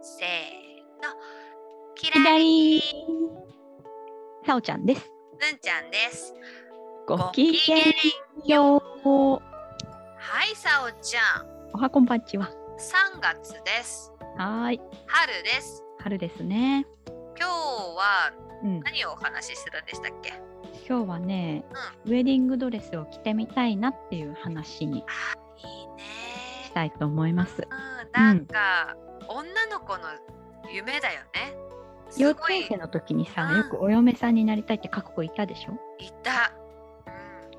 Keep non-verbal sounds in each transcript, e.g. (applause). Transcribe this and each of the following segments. せーの。キラリ左さおちゃんです。文ちゃんです。ごきげんよう。おはい、さおちゃん。はこんばんちは。 3月です。はーい。春です。春ですね。今日はうん。何をお話しするんでしたっけ今日はね、ウェディングドレスを着てみたいなっていう話にいいねしたいと思います。うん、なんか、女の子の夢だよね。幼す稚ごい園生の時にさ、うんよくお嫁さんになりたいって覚悟いたでしょいた。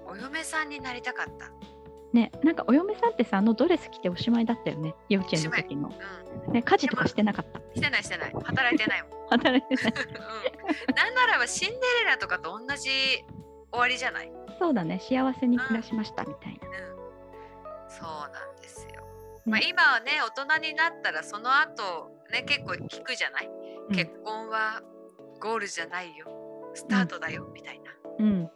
うん、お嫁さんになりたかった。ね、なんかお嫁さんってさ、あのドレス着ておしまいだったよね。幼稚園の時の。うん、ね、家事とかしてなかった。してないしてない。働いてないもん。 (laughs) うん、働いてない。なんならばシンデレラとかと同じ終わりじゃない。そうだね、幸せに暮らしましたみたいな。うん、そうなんですよ。ねまあ、今はね大人になったらその後ね結構聞くじゃない、うん結婚はゴールじゃないよスタートだよ、みたいなうん。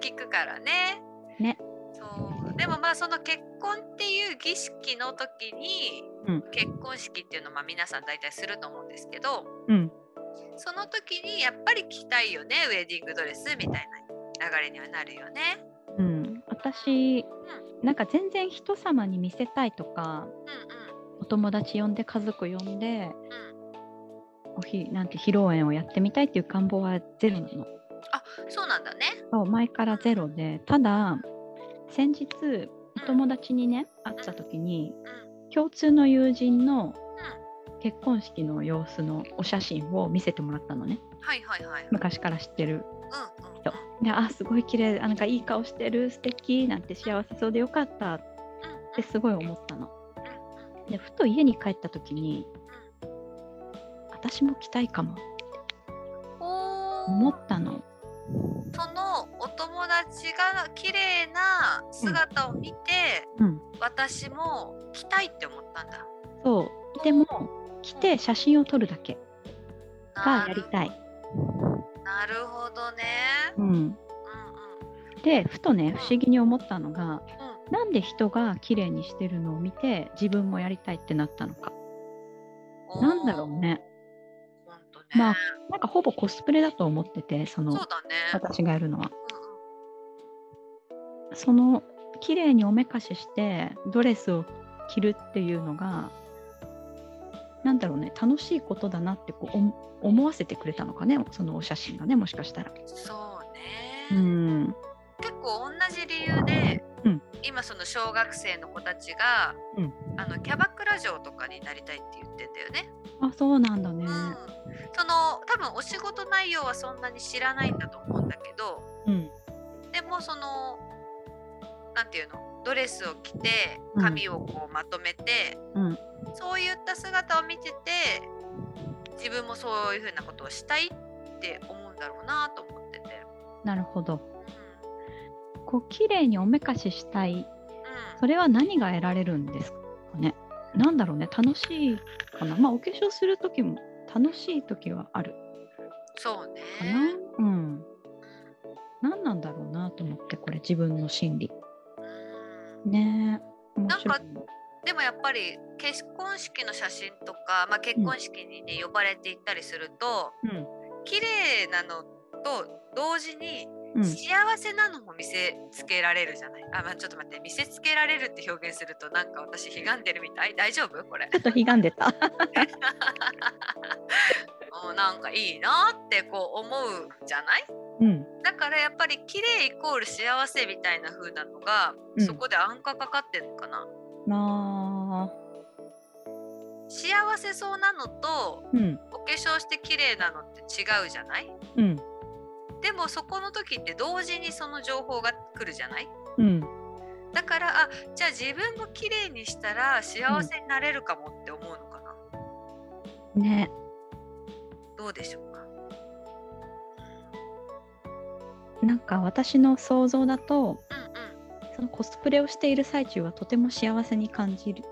聞くからね。ねそうでもまあその結婚っていう儀式の時に、うん結婚式っていうのはまあ皆さん大体すると思うんですけどうん。その時にやっぱり着たいよねウェディングドレスみたいな流れにはなるよね。うん、私なんか全然人様に見せたいとかうんお友達呼んで家族呼んで、おひなんて披露宴をやってみたいっていう願望はゼロなのうん、そうなんだね。そう前からゼロでただ先日お友達にね会った時に共通の友人の結婚式の様子のお写真を見せてもらったのねはいはいはいはい。昔から知ってるうんうんうん人であすごい綺麗あなんかいい顔してる素敵なんて幸せそうでよかったっうてんすごい思ったのうんうんでふと家に帰った時に私も着たいかも思おーったのそのお友達が綺麗な姿を見て、うん私も来たいって思ったんだ。そうでも着て写真を撮るだけがなやりるたい、なるほどね。うん、うんでふとね不思議に思ったのが、うなんで人が綺麗にしてるのを見て自分もやりたいってなったのかうん、なんだろうねう。ほんとね。まあなんかほぼコスプレだと思っててそのそうだね。私がやるのはその綺麗におめかししてドレスを着るっていうのがなんだろうね楽しいことだなってこうお思わせてくれたのかねそのお写真がねもしかしたら。うん、そうね、うん結構同じ理由で、うん今その小学生の子たちが、うんあのキャバクラ嬢とかになりたいって言ってんだよね。あそうなんだね。うんその多分お仕事内容はそんなに知らないんだと思うんだけどうんでもそのなんていうのドレスを着てうん髪をこうまとめて、うんそういった姿を見てて自分もそういうふうなことをしたいって思うんだろうなと思ってて。なるほど。うんこう綺麗におめかししたいうんそれは何が得られるんですかね。なんだろうね楽しいかな。まあお化粧する時も楽しい時はあるそうね、かな。うん。うん何なんだろうなと思ってこれ自分の心理。うんねえ面なん白かいでもやっぱり結婚式の写真とか、まあ、結婚式に、ね呼ばれて行ったりすると綺麗なのと同時にうんうん幸せなのも見せつけられるじゃない、あ、まあ、ちょっと待って見せつけられるって表現するとなんか私ひがんでるみたい大丈夫 (laughs) これちょっとひがんでたおなんかいいなってこう思うじゃないうんだからやっぱり綺麗イコール幸せみたいな風なのが、うんそこで安価かかってんのかななあ幸せそうなのとうんお化粧して綺麗なのって違うじゃないうんでもそこの時って同時にその情報が来るじゃないうんだからあじゃあ自分も綺麗にしたら幸せになれるかもって思うのかな、ねどうでしょうか。なんか私の想像だとうんうん。そのコスプレをしている最中はとても幸せに感じる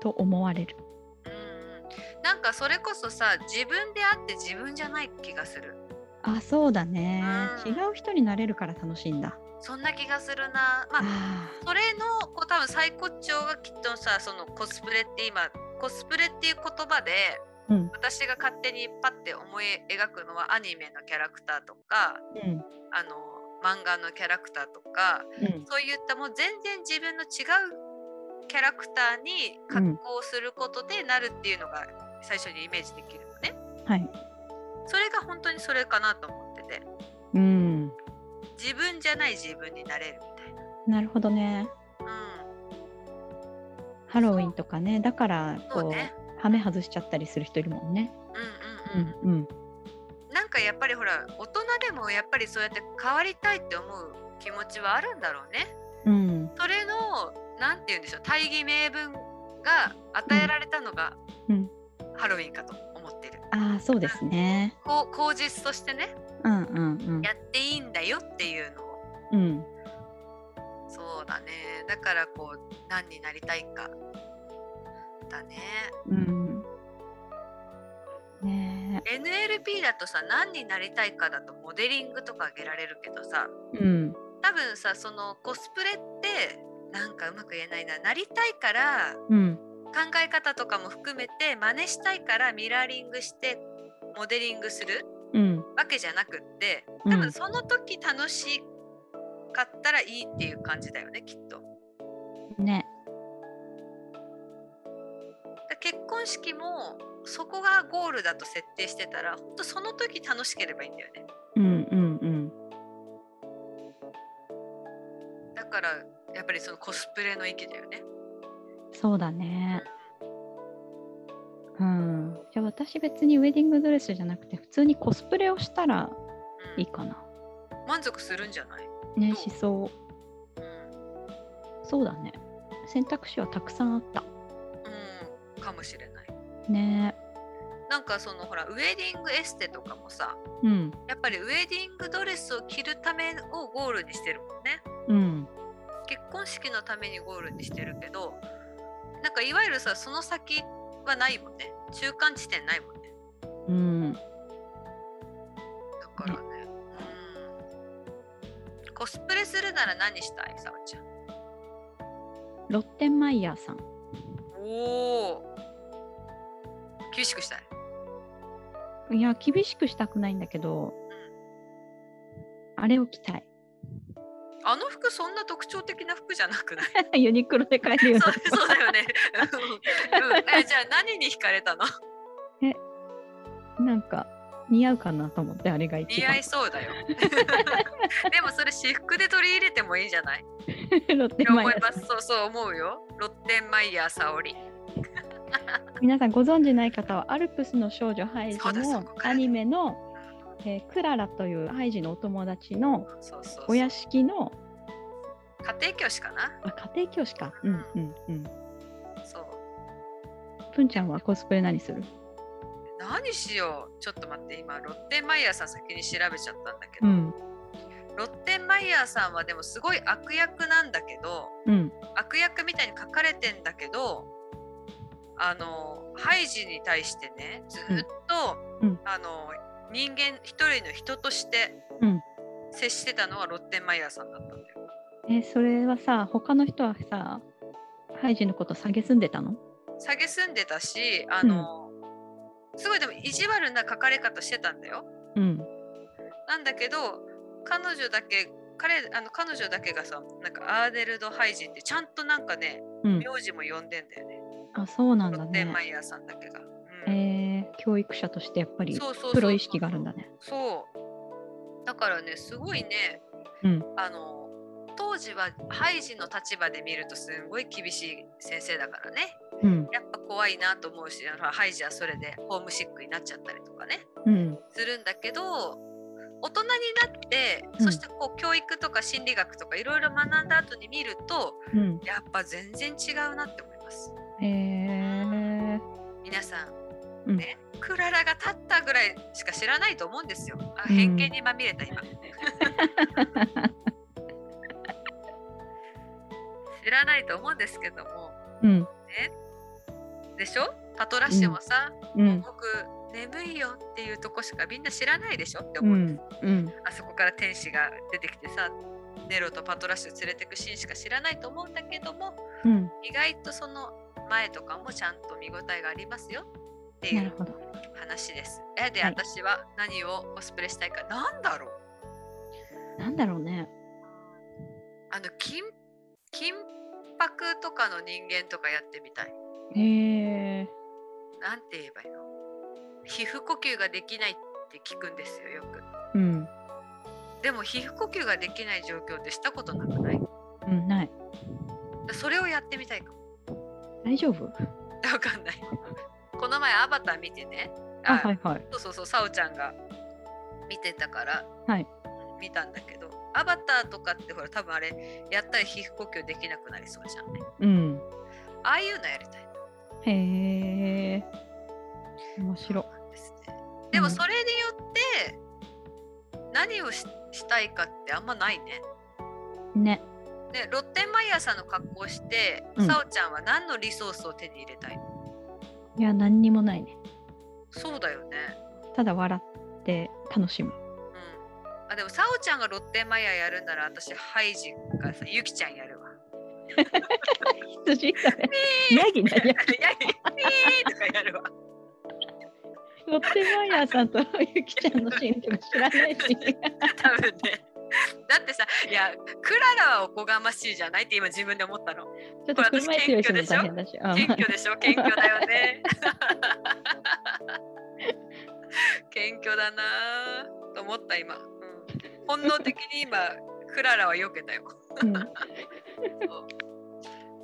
と思われるうんうんなんかそれこそさ自分であって自分じゃない気がするあそうだねうん違う人になれるから楽しいんだそんな気がするなまああそれのこう多分最高潮がきっとさそのコスプレって今コスプレっていう言葉でーうん私が勝手にパッて思い描くのはアニメのキャラクターとかうんあの漫画のキャラクターとかうんそういったもう全然自分の違うキャラクターに格好することでなるっていうのが最初にイメージできるのね。はいそれが本当にそれかなと思っててうん自分じゃない自分になれるみたいな。なるほどねうん、ハロウィンとかねだからそうこねう。ハメ外しちゃったりする人いるもんねうんううんうんんうんなんかやっぱりほら大人でもやっぱりそうやって変わりたいって思う気持ちはあるんだろうね。うんそれのなんて言うんでしょう大義名分が与えられたのが、うんハロウィンかと思ってる。ああそうですねこう口実としてねうんうんやっていいんだよっていうのをうんうんそうだねだからこう何になりたいかだねうんね NLP だとさ何になりたいかだとモデリングとかあげられるけどさえうん多分さそのコスプレってなんかうまく言えないななりたいからうん考え方とかも含めて真似したいからミラーリングしてモデリングするうんわけじゃなくってうん多分その時楽しかったらいいっていう感じだよねきっと。ねだ結婚式もそこがゴールだと設定してたら本当その時楽しければいいんだよねうんうんうんだからやっぱりそのコスプレの域だよねそうだねうんじゃあ私別にウェディングドレスじゃなくて普通にコスプレをしたらうんいいかな満足するんじゃない、ねそしうそううんそうだね選択肢はたくさんあったうん、かもしれないねなんかそのほらウェディングエステとかもさうんやっぱりウェディングドレスを着るためをゴールにしてるもんねうん結婚式のためにゴールにしてるけどなんかいわゆるさその先はないもんね中間地点ないもんねうんだからね。うん。コスプレするなら何したい、さおちゃん。ロッテンマイヤーさんおお。厳しくしたい。いや厳しくしたくないんだけどあれを着たい (laughs) あの服そんな特徴的な服じゃなく (laughs) ない。ユニクロで買えるよそうそうだよね。うんうんえじゃあ何に惹かれたの？うななんか似合うかなと思ってあれが一似番合いそうだよ。 (laughs) でもそれ私服で取り入れてもいいんじゃない？ (laughs) ロッテンマイ思ヤーいまさんす。そうそう思うよ。ロッテンマイヤー沙織。皆さんご存じない方はアルプスの少女ハイジそうだそのこから (laughs) アニメの、えークララというハイジのお友達のそうそうそう。お屋敷の家庭教師かな？あ家庭教師かうんうんうんそう。ぷんちゃんはコスプレ何する何しようちょっと待って今ロッテンマイヤーさん先に調べちゃったんだけど、んロッテンマイヤーさんはでもすごい悪役なんだけどうん悪役みたいに書かれてんだけどあのハイジに対してねずっと、うんうんあの人間一人の人としてうん接してたのはロッテンマイヤーさんだったんだよ。えーそれはさ他の人はさハイジのこと下げすんでたの下げすんでたしあの、すごいでも意地悪な書かれ方してたんだよ。うんなんだけど彼女だけ彼あの彼女だけがさなんかアーデルド・ハイジってちゃんとなんかねうん名字も呼んでんだよね、あそうなんロだッねテンマイヤーさんだけが。うんえー教育者としてやっぱりそうそうそうプロ意識があるんだねそうだからねすごいね、うんあの当時はハイジの立場で見るとすごい厳しい先生だからねうんやっぱ怖いなと思うしあのハイジはそれでホームシックになっちゃったりとかねうんするんだけど大人になってうんそしてこう教育とか心理学とかいろいろ学んだ後に見るとうんやっぱ全然違うなって思いますえー皆さんうんね、クララが立ったぐらいしか知らないと思うんですよ。あ偏見にまみれ (laughs) た今。知らないと思うんですけども。うんでしょパトラッシュもさ、うん僕眠いよっていうとこしかみんな知らないでしょってう思うんです、んうんあそこから天使が出てきてさネロとパトラッシュ連れてくシーンしか知らないと思うんだけどもうん意外とその前とかもちゃんと見応えがありますよっていなるうほど話です。えで、はい私は何をコスプレしたいかなんだろうなんだろうねあの金金箔とかの人間とかやってみたい。へえなんて言えばいいの皮膚呼吸ができないって聞くんですよよく。うんでも皮膚呼吸ができない状況ってしたことなくないうんないそれをやってみたいかも。大丈夫わかんない。この前アバター見てね。あはいはいそうそうそう、さおちゃんが見てたから、はい見たんだけど、アバターとかってほら、多分あれ、やったら皮膚呼吸できなくなりそうじゃない。うんああいうのやりたいへえ面白ですね。でも、うんそれによって、何をししたいかってあんまないね。ねね、ロッテンマイヤーさんの格好をして、うんさおちゃんは何のリソースを手に入れたいのいや何にもないねそうだよね。ただ笑って楽しむうんあでもさおちゃんがロッテンマイヤーやるなら私ハイジがさゆきちゃんやるわ。羊それヤギだヤギや (laughs) いとかやるわ。ロッテマイヤーさんとゆきちゃんのシーンとか知らないし。多分ね。 (laughs) だってさいやクララはおこがましいじゃないって今自分で思ったの。ちょっと車椅子用意するの大変だし。あ謙まあ虚で (laughs) しょ謙虚だよね。 (laughs) 謙虚だなぁと思った今。うん本能的に今クララは避けたよ。そう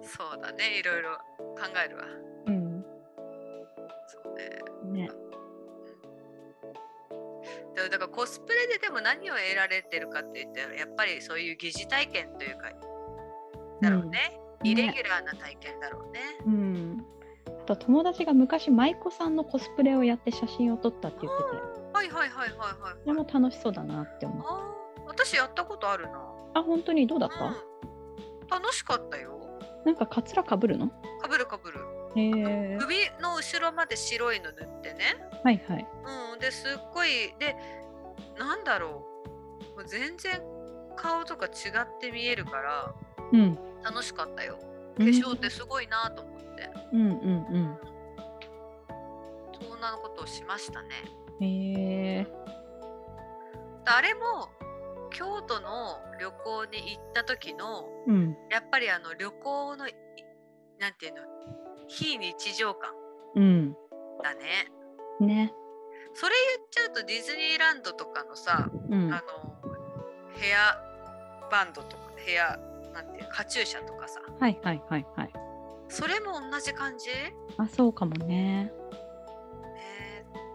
そうだねいろいろ考えるわ。うん。そうねうん。ね。だからだからコスプレででも何を得られてるかって言ったらやっぱりそういう疑似体験というかだろうね、うんイレギュラーな体験だろうねうん。あと友達が昔舞妓さんのコスプレをやって写真を撮ったって言ってて、はいはいはいはいはいそれも楽しそうだなって思う。あー私やったことあるなあ、本当にどうだった？うん、楽しかったよなんかカツラ被るの？かぶるかぶる、へえ。首の後ろまで白いの塗ってねはいはい。うんですっごいでなんだろうもう全然顔とか違って見えるからうん。楽しかったよ化粧ってすごいなと思って、うんうんそんなことをしましたね。うん。へえ。あれも京都の旅行に行った時のうんやっぱりあの旅行のいなんていうの非日常感うん。だね。ね。それ言っちゃうとディズニーランドとかのさ、うん。あのヘアバンドとかヘアなんていうカチューシャとかさはいはいはいはい。それも同じ感じ、ね、あ、そうかもね。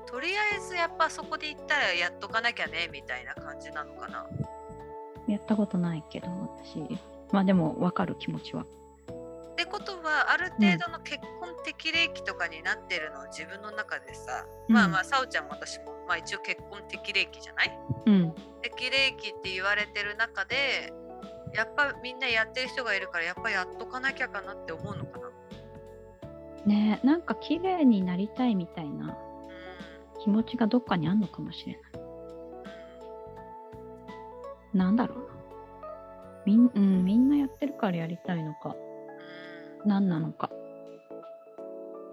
とりあえずやっぱそこで行ったらやっとかなきゃねみたいな感じなのかな。やったことないけど私。まあでもわかる気持ちは。ってことはある程度の結婚適齢期とかになってるのを自分の中でさ、うんまあまあさおちゃんも私も、まあ、一応結婚適齢期じゃないうん。適齢期って言われてる中でやっぱみんなやってる人がいるからやっぱやっとかなきゃかなって思うのかな。ねえなんか綺麗になりたいみたいなうん気持ちがどっかにあんのかもしれない。なんだろうな。みん,、うん、みんなやってるからやりたいのか、うん何なのか。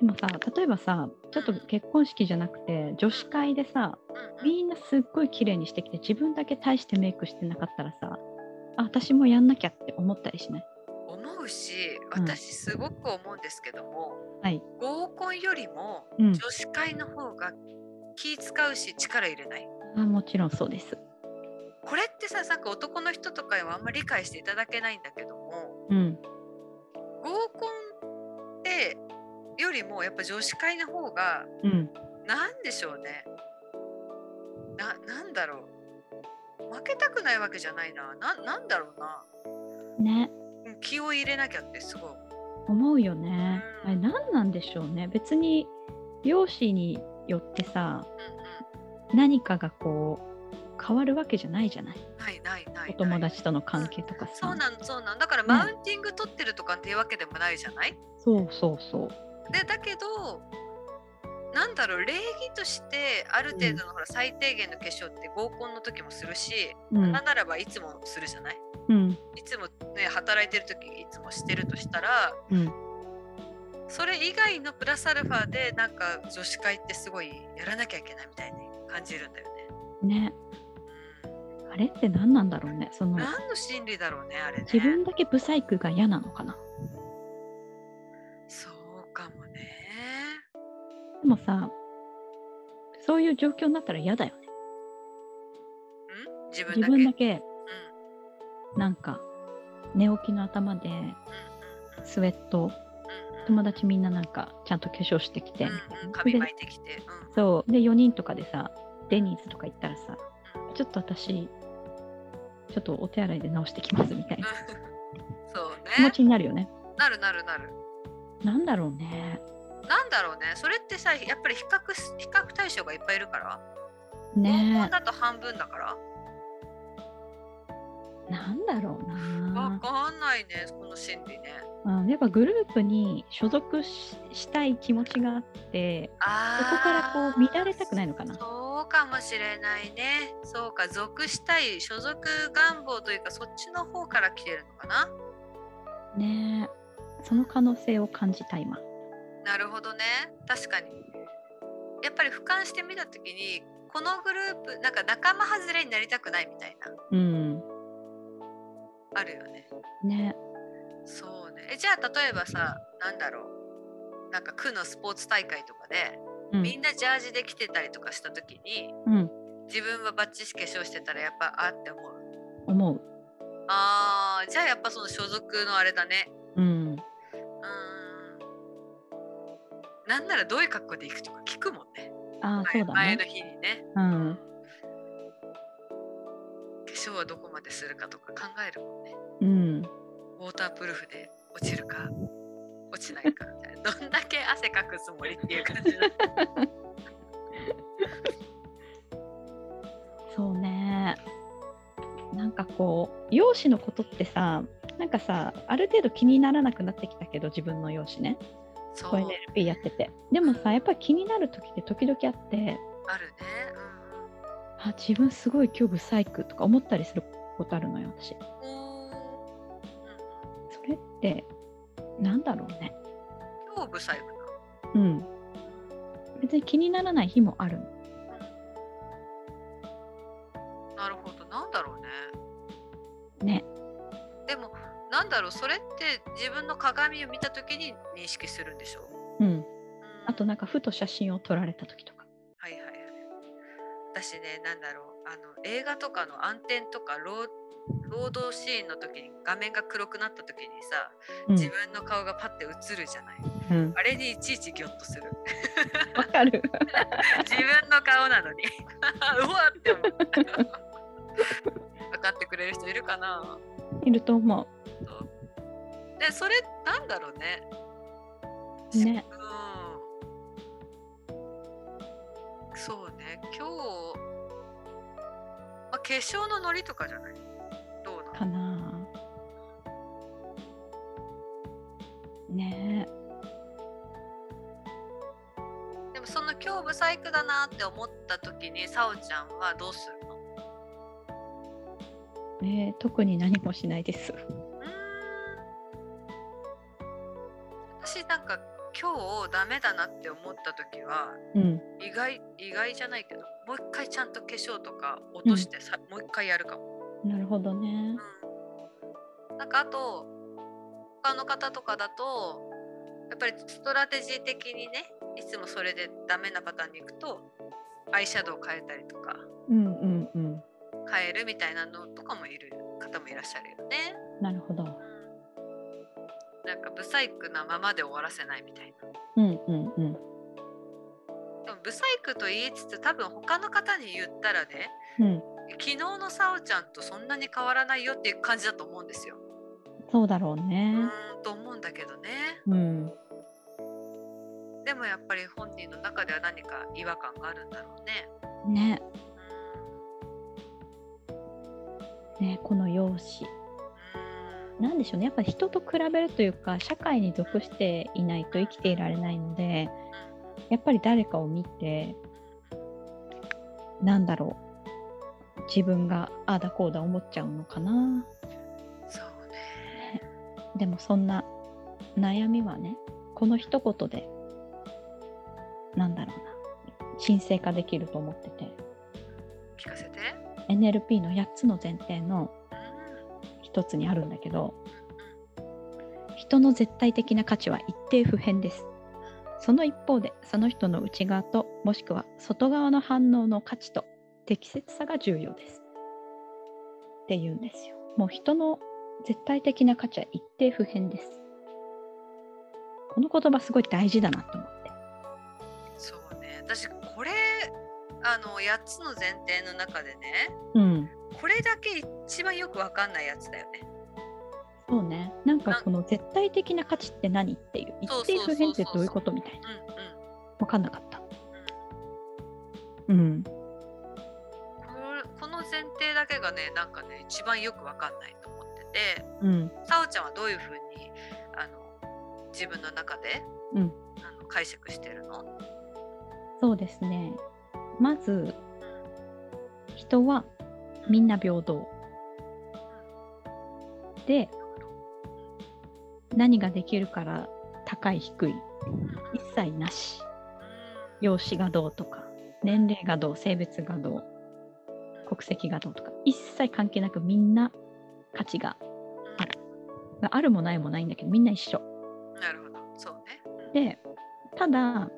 でもさ、例えばさ、ちょっと結婚式じゃなくて、女子会でさ、うんうんみんなすっごい綺麗にしてきて、自分だけ大してメイクしてなかったらさ、あ、私もやんなきゃって思ったりしない。思うしうん私すごく思うんですけども、はい。合コンよりもうん女子会の方が気使うし力入れない。あもちろんそうです。これってさなんか男の人とかにはあんまり理解していただけないんだけどもうん。合コンってよりもやっぱ女子会の方がうん。なんでしょうねななんだろう負けたくないわけじゃないなななんだろうなね。うん気を入れなきゃってすごい思う思うよね。うんあれ何なんでしょうね。別に容姿によってさう何かがこう変わるわけじゃないじゃないんうんないないないないお友達との関係とかそうさなんそうなんだからマウンティング取ってるとかっていうわけでもないじゃない、そうそうそうでだけどなんだろう礼儀としてある程度のほら最低限の化粧って合コンの時もするし、うんなんならばいつもするじゃないうんいつもね働いてる時いつもしてるとしたらうんそれ以外のプラスアルファでなんか女子会ってすごいやらなきゃいけないみたいに感じるんだよね。ねうんあれって何なんだろうねその何の心理だろうねあれね。自分だけブサイクが嫌なのかなそうかもね。でもさそういう状況になったら嫌だよねん自分自だけ。分だけうんなんか寝起きの頭でうんスウェットうんうん友達みんななんかちゃんと化粧してきてみたういんうん、な髪巻でいてきて。うんそうで4人とかでさデニーズとか行ったらさちょっと私ちょっとお手洗いで直してきますみたいなそう気持ね。ちになるよねなるなるなる。なんだろうねなんだろうね。それってさ、やっぱり比較す比較対象がいっぱいいるから。合コンねだと半分だから。えなんだろうわな、かんないね、この心理ね。うん、やっぱグループに所属ししたい気持ちがあってあーそこからこう乱れたくないのかなそうかもしれないね。そうか、属したい、所属願望というか、そっちの方から来てるのかな。ねえその可能性を感じた今なるほどね。確かに。やっぱり俯瞰してみたときに、このグループ、なんか仲間外れになりたくないみたいな、うんあるよね。ねそうね。えじゃあ例えばさ、なんだろう。なんか区のスポーツ大会とかで、うんみんなジャージで来てたりとかした時に、うん自分はバッチリ化粧してたらやっぱあって思う。思うあーじゃあやっぱその所属のあれだね。うんうーん。なんならどういう格好で行くとか聞くもんね。ああそうだね前の日にね。うん化粧はどこまでするかとか考えるもんね。うんウォータープルーフで落ちるか落ちないかみたい (laughs) な。どんだけ汗かくつもりっていう感じだ。そうねなんかこう容姿のことってさなんかさある程度気にならなくなってきたけど自分の容姿ねそうこれね LP やっててでもさやっぱり気になる時って時々あってあるね。あ自分すごい今日ブサイクとか思ったりすることあるのよ私うんうん。うんそれってなんだろうね今日ブサイクな。うん別に気にならない日もあるのなるほど。なんだろうね。ねでも、なんだろう。それって自分の鏡を見た時に認識するんでしょうんう。あとな。なんかふと写真を撮られた時とかはいはいはい。私ね、なんだろう。あの映画とかの暗転とかロー労働シーンの時に画面が黒くなった時にさ、うん自分の顔がパッて映るじゃない。 (laughs) うんあれにいちいちギョッとする。 (laughs) わかる (laughs) 自分の顔なのに (laughs) う (laughs) わって思った分かってくれる人いるかないると思でそれなんだろうねうねうんそうね今日、まあ、化粧のノリとかじゃないどうなかのなあねえでもその今日ブサイクだなって思った時にさおちゃんはどうするのえー特に何もしないです。うーん私なんか今日ダメだなって思った時はうん、意外意外じゃないけどもう一回ちゃんと化粧とか落としてさ、もう一回やるかも、なるほどね。なんかあと他の方とかだとやっぱりストラテジー的にねいつもそれでダメなパターンに行くとアイシャドウ変えたりとかうんうんうん。変えるみたいなのとかもいる方もいらっしゃるよね、なるほど。うんなんかブサイクなままで終わらせないみたいなうんうんうん。でもブサイクと言いつつ多分他の方に言ったらねうん、昨日のさおちゃんとそんなに変わらないよっていう感じだと思うんですよ。そうだろううね。ーんと思うんだけどね。うん、でもやっぱり本人の中では何か違和感があるんだろうね。ねうんねこの容姿うんなんでしょうねやっぱり人と比べるというか社会に属していないと生きていられないのでやっぱり誰かを見てなんだろう自分がああだこうだ思っちゃうのかなそうね。でもそんな悩みはねこの一言でなんだろうな沈静化できると思ってて聞かせて。 NLP の8つの前提のうん一つにあるんだけど人の絶対的な価値は一定不変ですその一方でその人の内側ともしくは外側の反応の価値と適切さが重要ですって言うんですよもう人の絶対的な価値は一定不変ですこの言葉すごい大事だなと思ってそうね。私これあの8つの前提の中でね、うんこれだけ一番よくわかんないやつだよね。そうねなんなかこの絶対的な価値って何っていうそ一うそう定そうそう不変ってどういうことみたいなうんうん。分かんなかったうんここの前提だけがねなんかね一番よくわかんないと思っててうんさおちゃんはどういうふうにあの自分の中で、うんあの解釈してるの、そうですね。まず、人はみんな平等。で、何ができるから高い低い、うん一切なし。容姿がどうとか、年齢がどう、性別がどう、国籍がどうとか、一切関係なくみんな価値がある。あるもないもないんだけど、みんな一緒。なるほどそうでね。ただ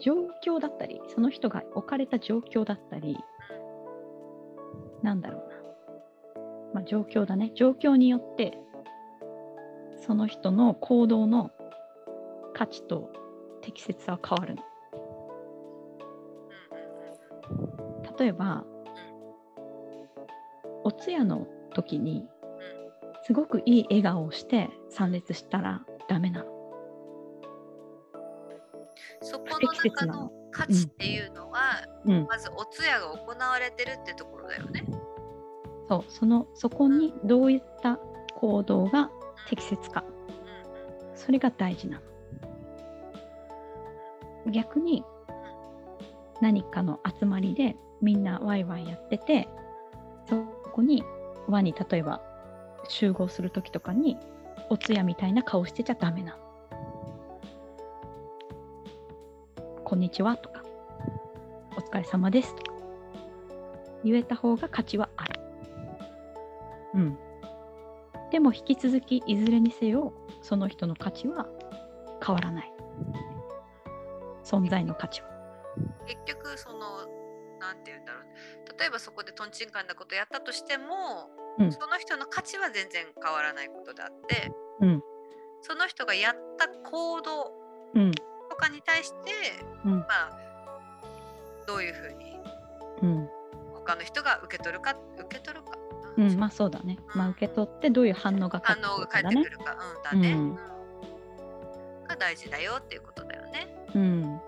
状況だったりその人が置かれた状況だったりなんだろうな、まあ、状況だね状況によってその人の行動の価値と適切さは変わるのうんうんうん例えばお通夜の時にすごくいい笑顔をして参列したらダメなのそこ不の適切中なのの価値っていうのは、うんまずお通夜が行われてるってところだよね。そうそのそこにどういった行動が適切かうんうんそれが大事なの逆に何かの集まりでみんなワイワイやっててそこに輪に例えば集合する時とかにお通夜みたいな顔してちゃダメなのこんにちはとかお疲れ様ですとか言えた方が価値はあるうんでも引き続きいずれにせよその人の価値は変わらない存在の価値は結局そのなんて言うんだろう例えばそこでとんちんかんなことやったとしても、うんその人の価値は全然変わらないことであって、うんその人がやった行動うんとかに対して、うんまあどういうふうにうん他の人が受け取るか受け取るか、うんまあそうだねまあ受け取ってどういう反応が返っ反てく応るが返かだっねてくるか、うんだね、うんうんが大事だよっていうことだよね。うん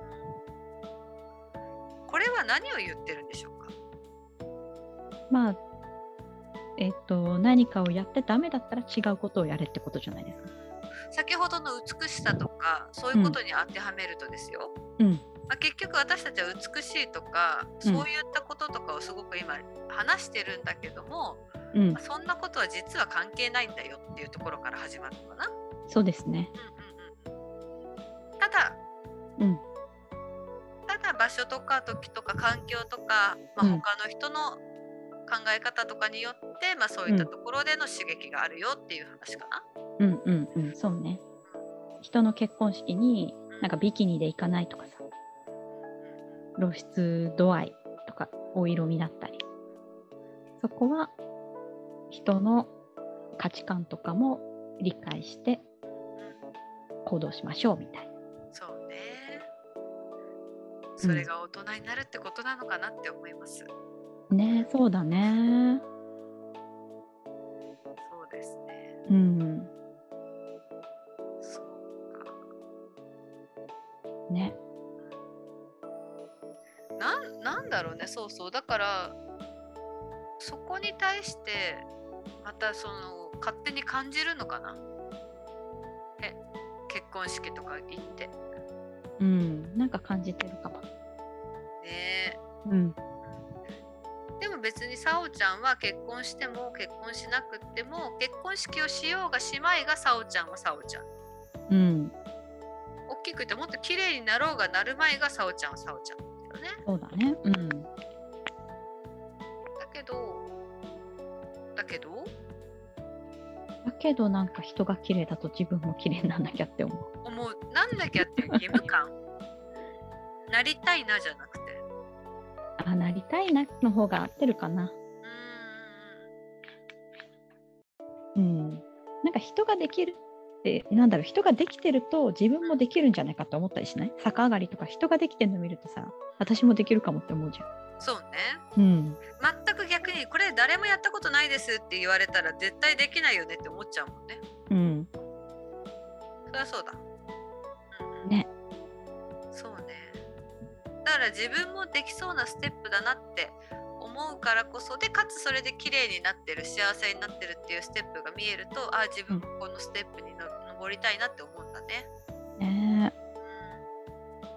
これは何を言ってるんでしょうかまあえっと何かをやってダメだったら違うことをやれってことじゃないですか先ほどの美しさとかそういうことに当てはめるとですよ、うんまあ、結局私たちは美しいとか、うんそういったこととかをすごく今話してるんだけども、うんまあそんなことは実は関係ないんだよっていうところから始まるのかな。そうですねただうんただ場所とか時とか環境とか、まあ、他うんの人の考え方とかによって、まあ、そういったところでの刺激があるよっていう話かな。うんうんうんそうね人の結婚式になんかビキニで行かないとかさ露出度合いとかお色味だったりそこは人の価値観とかも理解して行動しましょうみたいなそうね。それが大人になるってことなのかなって思います。ねそうだねそうですね。うんそうか。ねそうそうだからそこに対してまたその勝手に感じるのかなえ結婚式とか行ってねうん、なんか感じてるかも。えうん、でも別にさおちゃんは結婚しても結婚しなくっても結婚式をしようがしまいがさおちゃんはさおちゃんうん、大きくてもっと綺麗になろうがなるまいがさおちゃんはさおちゃんだよねそうだね。うん、だけどだけどだけどなんか人が綺麗だと自分も綺麗になんなきゃって思う。思うなんなきゃっていう義務感 (laughs) なりたいなじゃなくてあ、なりたいなの方が合ってるかな。ううーん、なんか人ができるってなんだろう人ができてると自分もできるんじゃないかと思ったりしない逆上がりとか人ができてるの見るとさ私もできるかもって思うじんそうねゃん。うん、全く逆にこれ誰もやったことないですって言われたら絶対できないよねって思っちゃうもんねうん、そりゃそうだ、うんうんねそうねだから自分もできそうなステップだなって思うからこそでかつそれで綺麗になってる幸せになってるっていうステップが見えるとああ自分もこのステップにの登りたいなって思うんだねねえ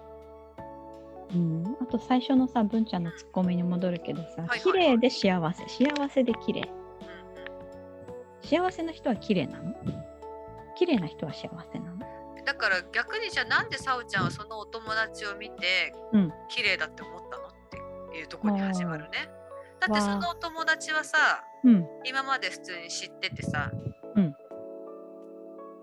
うん、あと最初のさ文ちゃんのツッコミに戻るけどさはいはい綺麗で幸せ幸せで綺麗うんうんうん幸せな人は綺麗なの綺麗な人は幸せなのだから逆にじゃあなんでさおちゃんはそのお友達を見て、うん綺麗だって思ったのっていうところに始まるね。だってそのお友達はさうん今まで普通に知っててさ、うん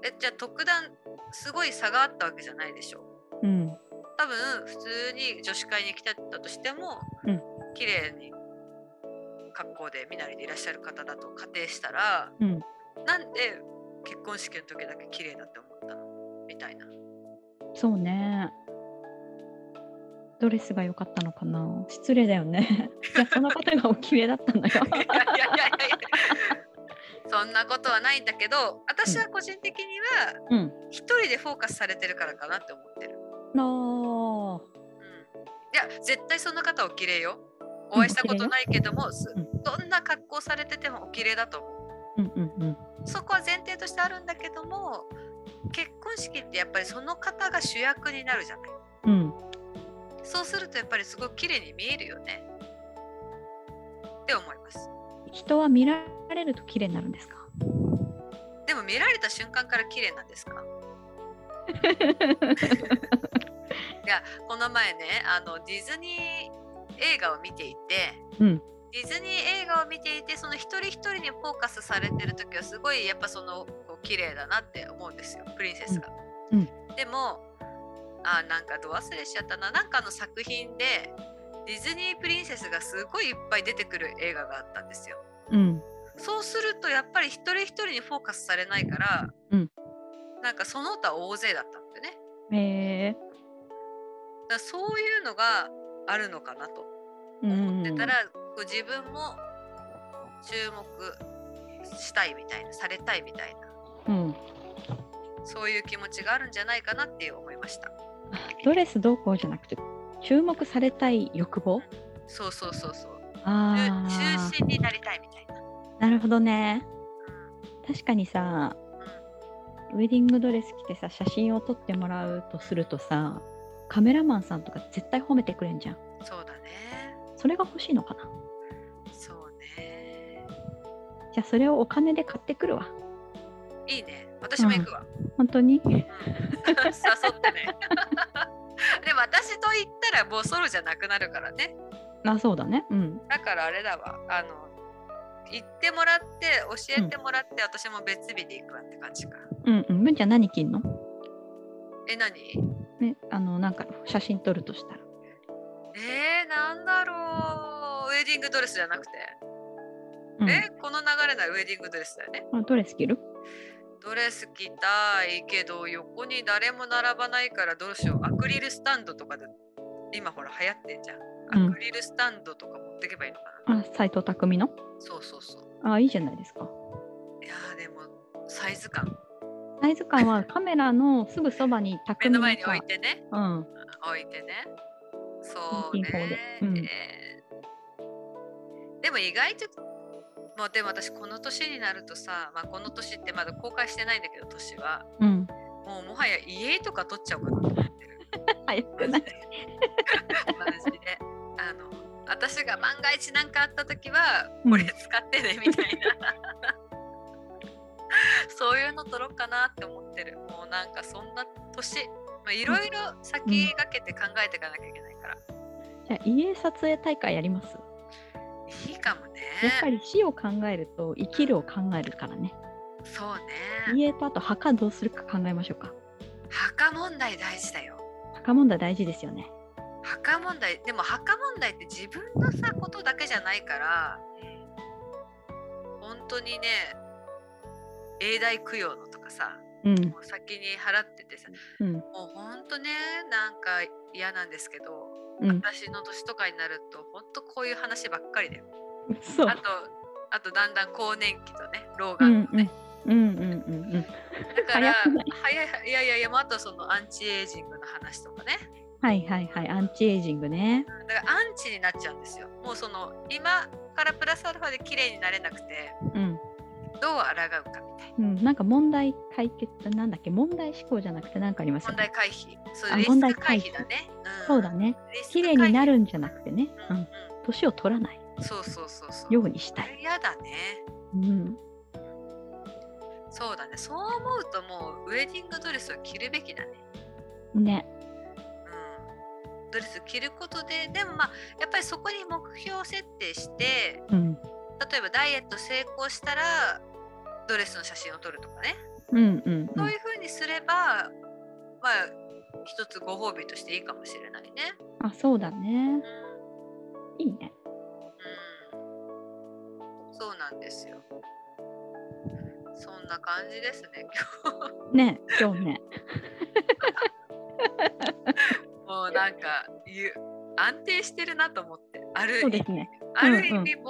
えじゃあ特段すごい差があったわけじゃないでしょ。うん多分普通に女子会に来てたとしても、うん綺麗に格好で身なりでいらっしゃる方だと仮定したら、うんなんで結婚式の時だけ綺麗だって思ったのみたいな。 (laughs) そうねドレスが良かったのかな失礼だよね (laughs) いやその方がお綺麗だったんだよ (laughs) いやいやいやいやそんなことはないんだけど私は個人的にはうん一人でフォーカスされてるからかなって思ってる、のうん、いや絶対その方お綺麗よお会いしたことないけども、すうんどんな格好されててもお綺麗だと思ううんうんうんそこは前提としてあるんだけども結婚式ってやっぱりその方が主役になるじゃないうんそうするとやっぱりすごく綺麗に見えるよねって思います人は見られると綺麗になるん (laughs) ですかでも見られた瞬間から綺麗なんですかこの前ねあのディズニー映画を見ていて、うんディズニー映画を見ていてその一人一人にフォーカスされてる時はすごいやっぱそのこう綺麗だなって思うんですよプリンセスが。うんでもあーなんかど忘れしちゃったななんかの作品でディズニープリンセスがすごいいっぱい出てくる映画があったんですよ。うんそうするとやっぱり一人一人にフォーカスされないから、うんなんかその他大勢だったんだよね。へえだからそういうのがあるのかなとうん思ってたら、こう自分も注目したいみたいなされたいみたいなうんそういう気持ちがあるんじゃないかなって思いましたドレスどうこうじゃなくて注目されたい欲望そうそうそうそう中ああ中心になりたいみたいななるほどねう確かにさウェディングドレス着てさ写真を撮ってもらうとするとさカメラマンさんとか絶対褒めてくれんじゃんんそうだねそれが欲しいのかなそうねじゃあそれをお金で買ってくるわいいね私も行くわ、本当にうん (laughs) 誘ってね (laughs) でも私と行ったらもうソロじゃなくなるからねあそうだねうんだからあれだわあの行ってもらって教えてもらって、私も別日で行くわって感じかうんうん文ちゃん何着んのえ何ねあのなんか写真撮るとしたらえー、なんだろうウェディングドレスじゃなくて、うんえこの流れならウェディングドレスだよねあドレス着るドレス着たいけど横に誰も並ばないからどうしようアクリルスタンドとかで今ほら流行ってんじゃんうんアクリルスタンドとか持ってけばいいのかな、あ斎藤匠のそうそうそうあいいじゃないですかいやーでもサイズ感サイズ感はカメラのすぐそばに目匠のの前に置いさてねうん置いてね。そうピンキーホールね。うんえでも意外ともうでも私この年になるとさ、まあ、この年ってまだ公開してないんだけど年はうん。もうもはや家とか取っちゃおうかな (laughs) と思ってる早くない。マジであの私が万が一何かあった時はうんこれ使ってねみたいな (laughs) そういうの取ろうかなって思ってるもうなんかそんな年まあいろいろ先駆けて考えていかなきゃいけないから、じゃあ家撮影大会やります。いいかもねやっぱり死を考えると生きるを考えるからね。そうね家とあと墓どうするか考えましょうか。墓問題大事だよ墓問題大事ですよね。墓問題でも墓問題って自分のさことだけじゃないから本当にね永代供養のとかさうんもう先に払っててさうんもう本当ねなんか嫌なんですけどうん。私の年とかになると本当こういう話ばっかりだよそうあ。とあとだんだん更年期とね老うん眼とね、うんうんうんうん。だから早くない早いいやいやいやもうあとはそのアンチエイジングの話とかねはいはいはい。アンチエイジングね。だからアンチになっちゃうんですよもうその今からプラスアルファで綺麗になれなくてうん。どう抗うかみたいなうん、なんか問題解決なんだっけ問題思考じゃなくて何かありますよ問ね題。回避そうあリス問題ク回回避避だね、んそうだね。リスク綺回麗避になるんじゃなくてね。ううんん。年を取らないうんそうそうそうそうようにしたい。嫌だねうん。そうだねそう思うともうウェディングドレスを着るべきだねね。うんドレス着ることででもまあやっぱりそこに目標を設定してうん。例えばダイエット成功したらドレスの写真を撮るとかねうんうん、う。そうんいう風にすれば、まあ一つご褒美としていいかもしれないね。あそうだねう。いいね。ん、うん、そうなんですよ。そんな感じですね。今日ね今 (laughs) 日ね。もうなんかゆ安定してるなと思って、あるそうですね。あるうん意うん味もう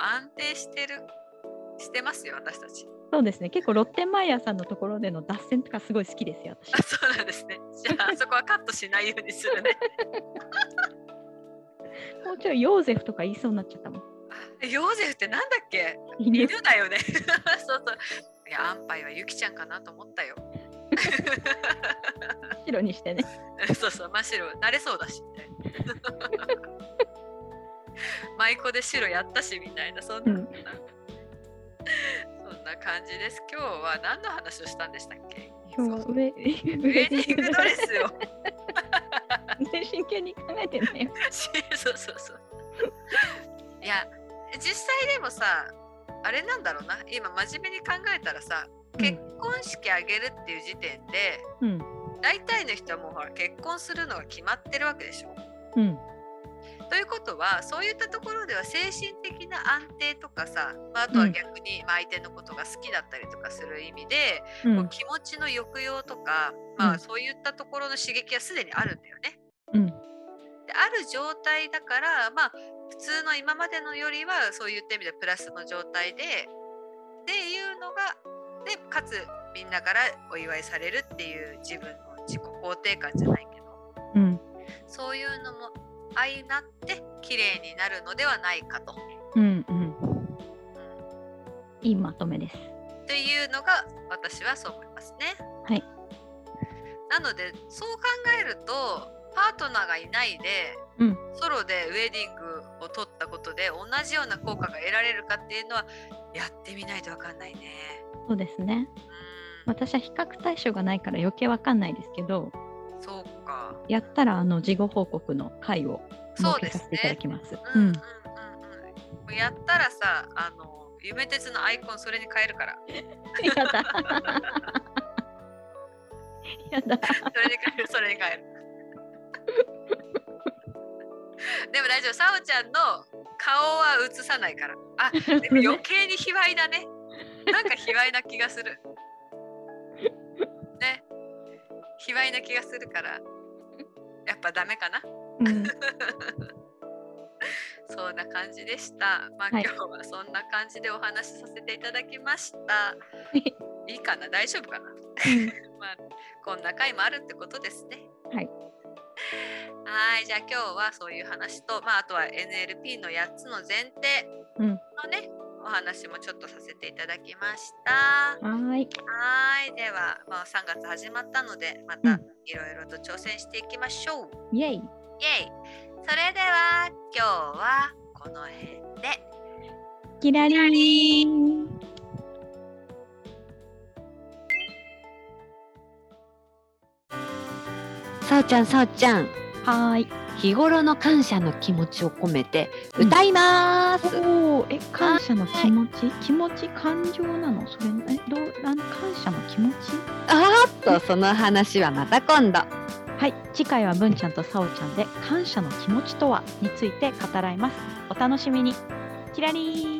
安定してるしてますよ私たち。そうですね。結構ロッテンマイヤーさんのところでの脱線とかすごい好きですよ。私 (laughs) あ。そうなんですね。じゃあそこはカットしないようにするね。もうちょいヨーゼフとか言いそうになっちゃったもん。ヨーゼフってなんだっけ？犬 (laughs) 犬だよね。そうそう。いや、アンパイはゆきちゃんかなと思ったよ。 (laughs) 白にしてね。そうそう、真っ白、慣れそうだし (laughs) みたいな。舞妓で白やったしみたいな、そんな。うんそんな感じです。今日は何の話をしたんでしたっけ？今日は (laughs) そう上。ウウェディングドレス。スを。 (laughs) (laughs) 全然真剣に考えてないよ。しそうそうそう。いや、実際でもさ、あれなんだろうな、今真面目に考えたらさ、 (laughs) 結婚式あげるっていう時点で、うん。大体の人はもうほら結婚するのが決まってるわけでしょ。うん。ということはそういったところでは精神的な安定とかさ、まあ、あとはうん逆にまあ相手のことが好きだったりとかする意味で、う。こうん気持ちの抑揚とか、うまあ、んそういったところの刺激はすでにあるんだよね。うん。である状態だから、まあ、普通の今までのよりはそういった意味でプラスの状態でっていうのがでかつみんなからお祝いされるっていう自分の自己肯定感じゃないけどうん。そういうのも相なって綺麗になるのではないかと。うん。うん。うんいいまとめです。っていうのが私はそう思いますね。はい。なのでそう考えるとパートナーがいないで、うんソロでウェディングを取ったことで同じような効果が得られるかっていうのはやってみないとわかんないね。そうですね。うん、私は比較対象がないから余計わかんないですけど、そうか。やったらあの事後報告の会をそ設うけでさすせていただね。きます。うんうんうんうん。やったらさあの夢鉄のアイコンそれに変えるから。やだ。やだ。それに変えるそれに変えるでも大丈夫さおちゃんの顔は映さないからあでも余計に卑猥だねなんか卑猥な気がするね卑猥な気がするからやっぱダメかなうんそんな感じでしたまあ、はい今日はそんな感じでお話しさせていただきましたいいかな大丈夫かなまあ、こんな回もあるってことですね。はい。はい、じゃあ今日はそういう話と、まあ、あとは NLP の8つの前提、うんのねお話もちょっとさせていただきました。はーい。はい、では、まあ、3月始まったので、またういろいろと挑戦していきましょう。イエイ。イエイそれでは、今日はこの辺で。キラリリン。さおちゃんさおちゃんはーい。日頃の感謝の気持ちを込めてうん歌います、おお、え、感謝の気持ち、気持ち、感情なの、それ、え、どう、あの、感謝の気持ち。あーっとその話はまた今度はい、次回は文ちゃんとさおちゃんで、感謝の気持ちとはについて語らいます。お楽しみに。キラリン。